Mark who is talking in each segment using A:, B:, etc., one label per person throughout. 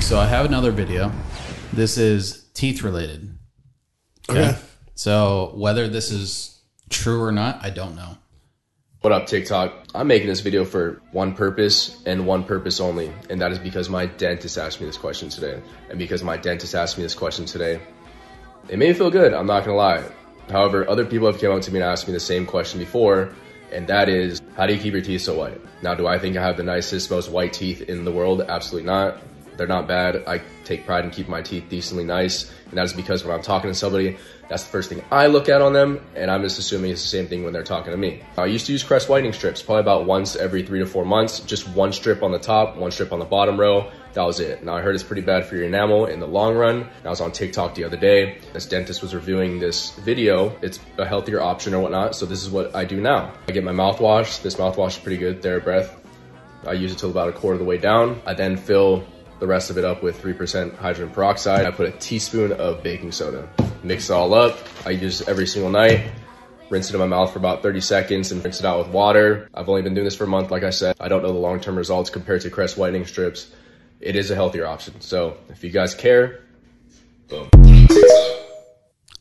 A: so I have another video. This is teeth related.
B: Okay.
A: So whether this is true or not, I don't know.
C: What up, TikTok? I'm making this video for one purpose and one purpose only, and that is because my dentist asked me this question today. And because my dentist asked me this question today, it made me feel good, I'm not gonna lie. However, other people have came up to me and asked me the same question before, and that is, how do you keep your teeth so white? Now, do I think I have the nicest, most white teeth in the world? Absolutely not. They're not bad. I take pride in keeping my teeth decently nice, and that is because when I'm talking to somebody, that's the first thing I look at on them, and I'm just assuming it's the same thing when they're talking to me. I used to use Crest whitening strips, probably about once every three to four months, just one strip on the top, one strip on the bottom row. That was it. Now I heard it's pretty bad for your enamel in the long run. I was on TikTok the other day. This dentist was reviewing this video. It's a healthier option or whatnot. So this is what I do now. I get my mouthwash. This mouthwash is pretty good. TheraBreath. I use it till about a quarter of the way down. I then fill the rest of it up with 3% hydrogen peroxide. I put a teaspoon of baking soda. Mix it all up. I use it every single night. Rinse it in my mouth for about 30 seconds and rinse it out with water. I've only been doing this for a month, like I said. I don't know the long term results compared to Crest whitening strips. It is a healthier option. So if you guys care, boom.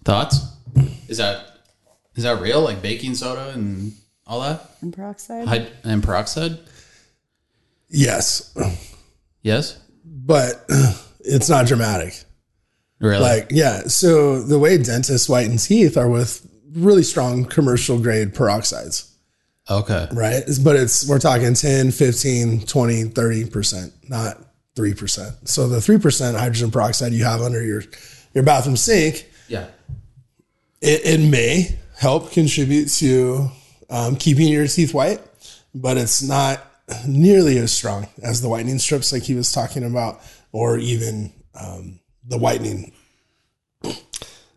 A: Thoughts? Is that is that real? Like baking soda and all that?
D: And peroxide.
A: Hyd- and peroxide?
B: Yes,
A: Yes?
B: but it's not dramatic.
A: Really?
B: Like, yeah. So the way dentists whiten teeth are with really strong commercial grade peroxides,
A: okay.
B: right? But it's, we're talking 10, 15, 20, 30%, not 3%. So the 3% hydrogen peroxide you have under your, your bathroom sink
A: Yeah.
B: it, it may help contribute to um, keeping your teeth white, but it's not nearly as strong as the whitening strips like he was talking about, or even um, the whitening. I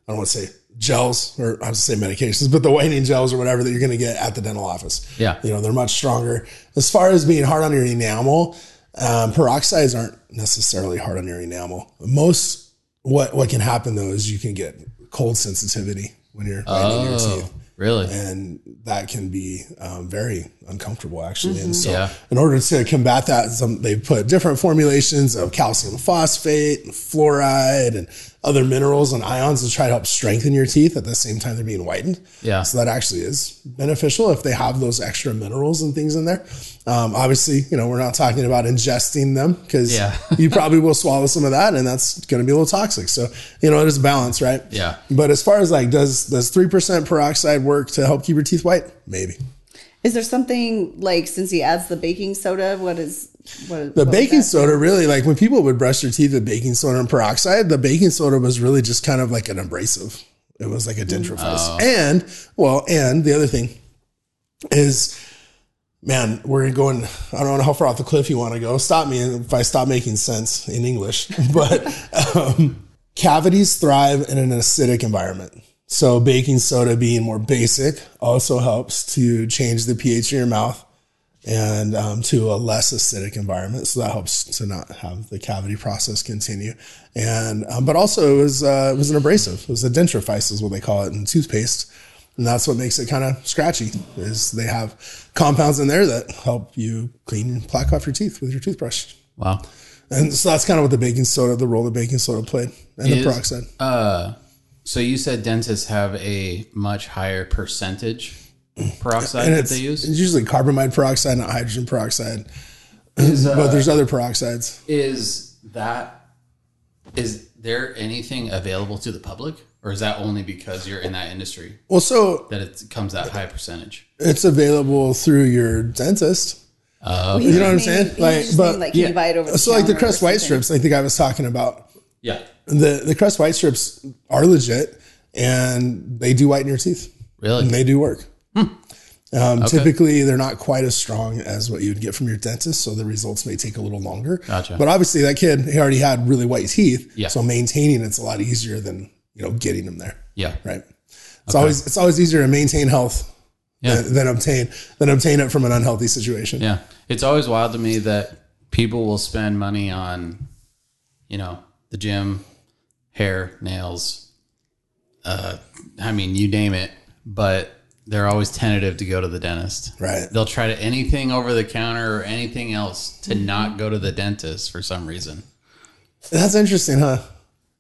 B: don't want to say gels or I was to say medications, but the whitening gels or whatever that you're going to get at the dental office.
A: Yeah.
B: you know they're much stronger. As far as being hard on your enamel, um, peroxides aren't necessarily hard on your enamel. Most what what can happen though is you can get cold sensitivity when you're whitening your
A: Oh,
B: teeth
A: really?
B: and that can be um, very uncomfortable actually and so
A: Mm-hmm. Yeah.
B: in order to combat that some they put different formulations of calcium phosphate and fluoride and other minerals and ions to try to help strengthen your teeth at the same time they're being whitened
A: Yeah.
B: so that actually is beneficial if they have those extra minerals and things in there um, obviously you know we're not talking about ingesting them because
A: Yeah.
B: you probably will swallow some of that and that's going to be a little toxic so you know it is a balance right
A: Yeah.
B: but as far as like, does does three percent peroxide work to help keep your teeth white? Maybe.
D: Is there something like since he adds the baking soda? What is what?
B: The
D: what
B: baking
D: was that?
B: soda really, like when people would brush their teeth with baking soda and peroxide, the baking soda was really just kind of like an abrasive. It was like a dentrifice. And well, and the other thing is, man, we're going. I don't know how far off the cliff you want to go. Stop me if I stop making sense in English. But um, cavities thrive in an acidic environment. So baking soda being more basic also helps to change the pH in your mouth and um, to a less acidic environment. So that helps to not have the cavity process continue. And um, but also it was uh, it was an abrasive. It was a dentrifice is what they call it in toothpaste, and that's what makes it kind of scratchy. Is they have compounds in there that help you clean plaque off your teeth with your toothbrush.
A: Wow.
B: And so that's kind of what the baking soda, the role the baking soda played, and the
A: Is- Uh,
B: peroxide.
A: So you said dentists have a much higher percentage peroxide
B: and
A: that
B: it's,
A: they use.
B: it's usually carbamide peroxide, not hydrogen peroxide.
A: Is, uh,
B: but there's other peroxides.
A: Is that is there anything available to the public, or is that only because you're in that industry
B: Well, so
A: that it comes that high percentage?
B: it's available through your dentist.
D: He just
B: know what I'm
D: made-
B: saying?
D: he
B: Like,
D: just
B: but-
D: made, like, can
A: yeah.
D: you buy it over the
B: so like the
A: Oh,
D: counter or
B: crest white
D: something?
B: strips like the guy was talking about
A: Yeah,
B: the the crest white strips are legit and they do whiten your teeth
A: really.
B: and they do work
A: Hmm.
B: um, typically they're not quite as strong as what you would get from your dentist so the results may take a little longer
A: Gotcha.
B: but obviously that kid he already had really white teeth
A: Yeah.
B: so maintaining it's a lot easier than you know getting them there
A: yeah,
B: right it's always it's always easier to maintain health
A: Yeah.
B: than, than obtain than obtain it from an unhealthy situation
A: yeah. It's always wild to me that people will spend money on, you know, the gym, hair, nails. Uh, I mean, you name it, but they're always tentative to go to the dentist.
B: right
A: They'll try to anything over the counter or anything else to not go to the dentist for some reason.
B: That's interesting, huh?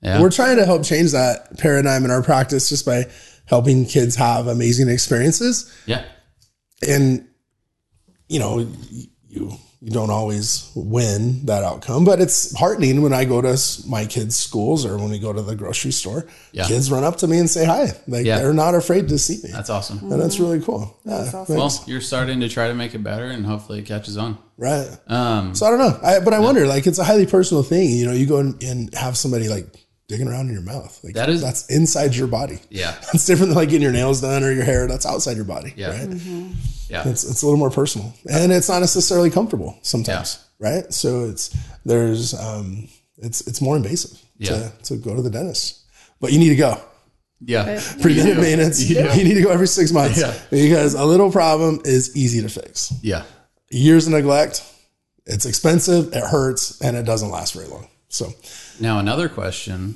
A: Yeah.
B: We're trying to help change that paradigm in our practice just by helping kids have amazing experiences.
A: yeah.
B: and you know you you don't always win that outcome but it's heartening when i go to s- my kids schools or when we go to the grocery store
A: Yeah.
B: kids run up to me and say hi like
A: Yeah.
B: they're not afraid to see me
A: That's awesome.
B: and that's really cool yeah,
D: awesome.
B: like,
A: Well, you're starting to try to make it better, and hopefully it catches on.
B: right
A: Um,
B: so i don't know I, but i wonder like it's a highly personal thing you know you go and, and have somebody like digging around in your mouth like
A: That is-
B: that's inside your body
A: yeah,
B: that's different than like getting your nails done or your hair that's outside your body
A: Yeah.
B: right
A: yeah,
B: it's, it's a little more personal and it's not necessarily comfortable sometimes right so it's there's um it's it's more invasive
A: Yeah.
B: to, to go to the dentist but you need to go
A: yeah,
B: preventive maintenance you, need to go every six months
A: Yeah.
B: because a little problem is easy to fix
A: yeah.
B: years of neglect it's expensive it hurts and it doesn't last very long so
A: Now another question: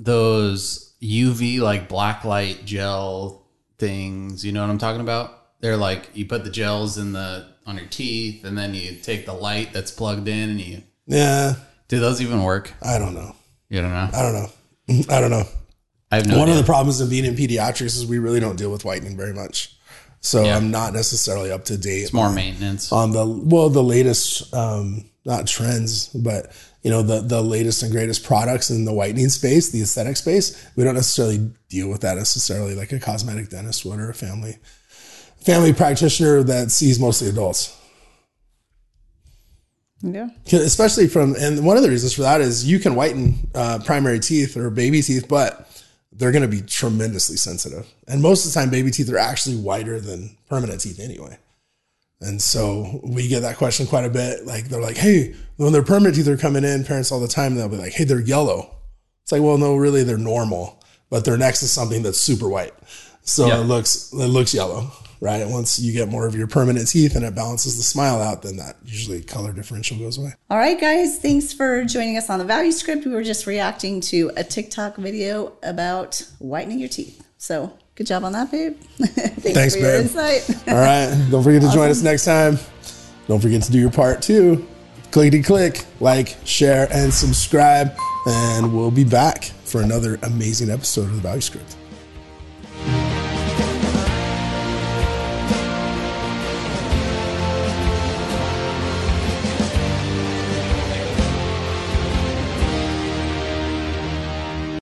A: those UV like black light gel things. You know what I'm talking about? They're like you put the gels in the on your teeth, and then you take the light that's plugged in, and you
B: yeah
A: do those even work?
B: i don't know
A: You don't know.
B: i don't know i don't know
A: I have no.
B: One
A: idea.
B: of the problems of being in pediatrics is we really don't deal with whitening very much. So I'm not necessarily up to date
A: It's more maintenance.
B: on the well, the latest um not trends, but you know, the the latest and greatest products in the whitening space, the aesthetic space. We don't necessarily deal with that necessarily like a cosmetic dentist would or a family family practitioner that sees mostly adults.
D: Yeah.
B: 'Cause especially from and one of the reasons for that is you can whiten uh, primary teeth or baby teeth but they're going to be tremendously sensitive and most of the time baby teeth are actually whiter than permanent teeth anyway and so we get that question quite a bit like they're like hey when their permanent teeth are coming in parents all the time they'll be like hey they're yellow it's like well no really they're normal but they're next to something that's super white so
A: Yeah.
B: it looks it looks yellow right once you get more of your permanent teeth and it balances the smile out then that usually color differential goes away
D: All right, guys. Thanks for joining us on the Value Script. We were just reacting to a TikTok video about whitening your teeth. So good job on that, babe. Thanks,
B: Thanks,
D: for your
B: babe.
D: insight.
B: All right. Don't forget to join us next time. Don't forget to do your part too. Clickety click, like, share, and subscribe. And we'll be back for another amazing episode of the Value Script.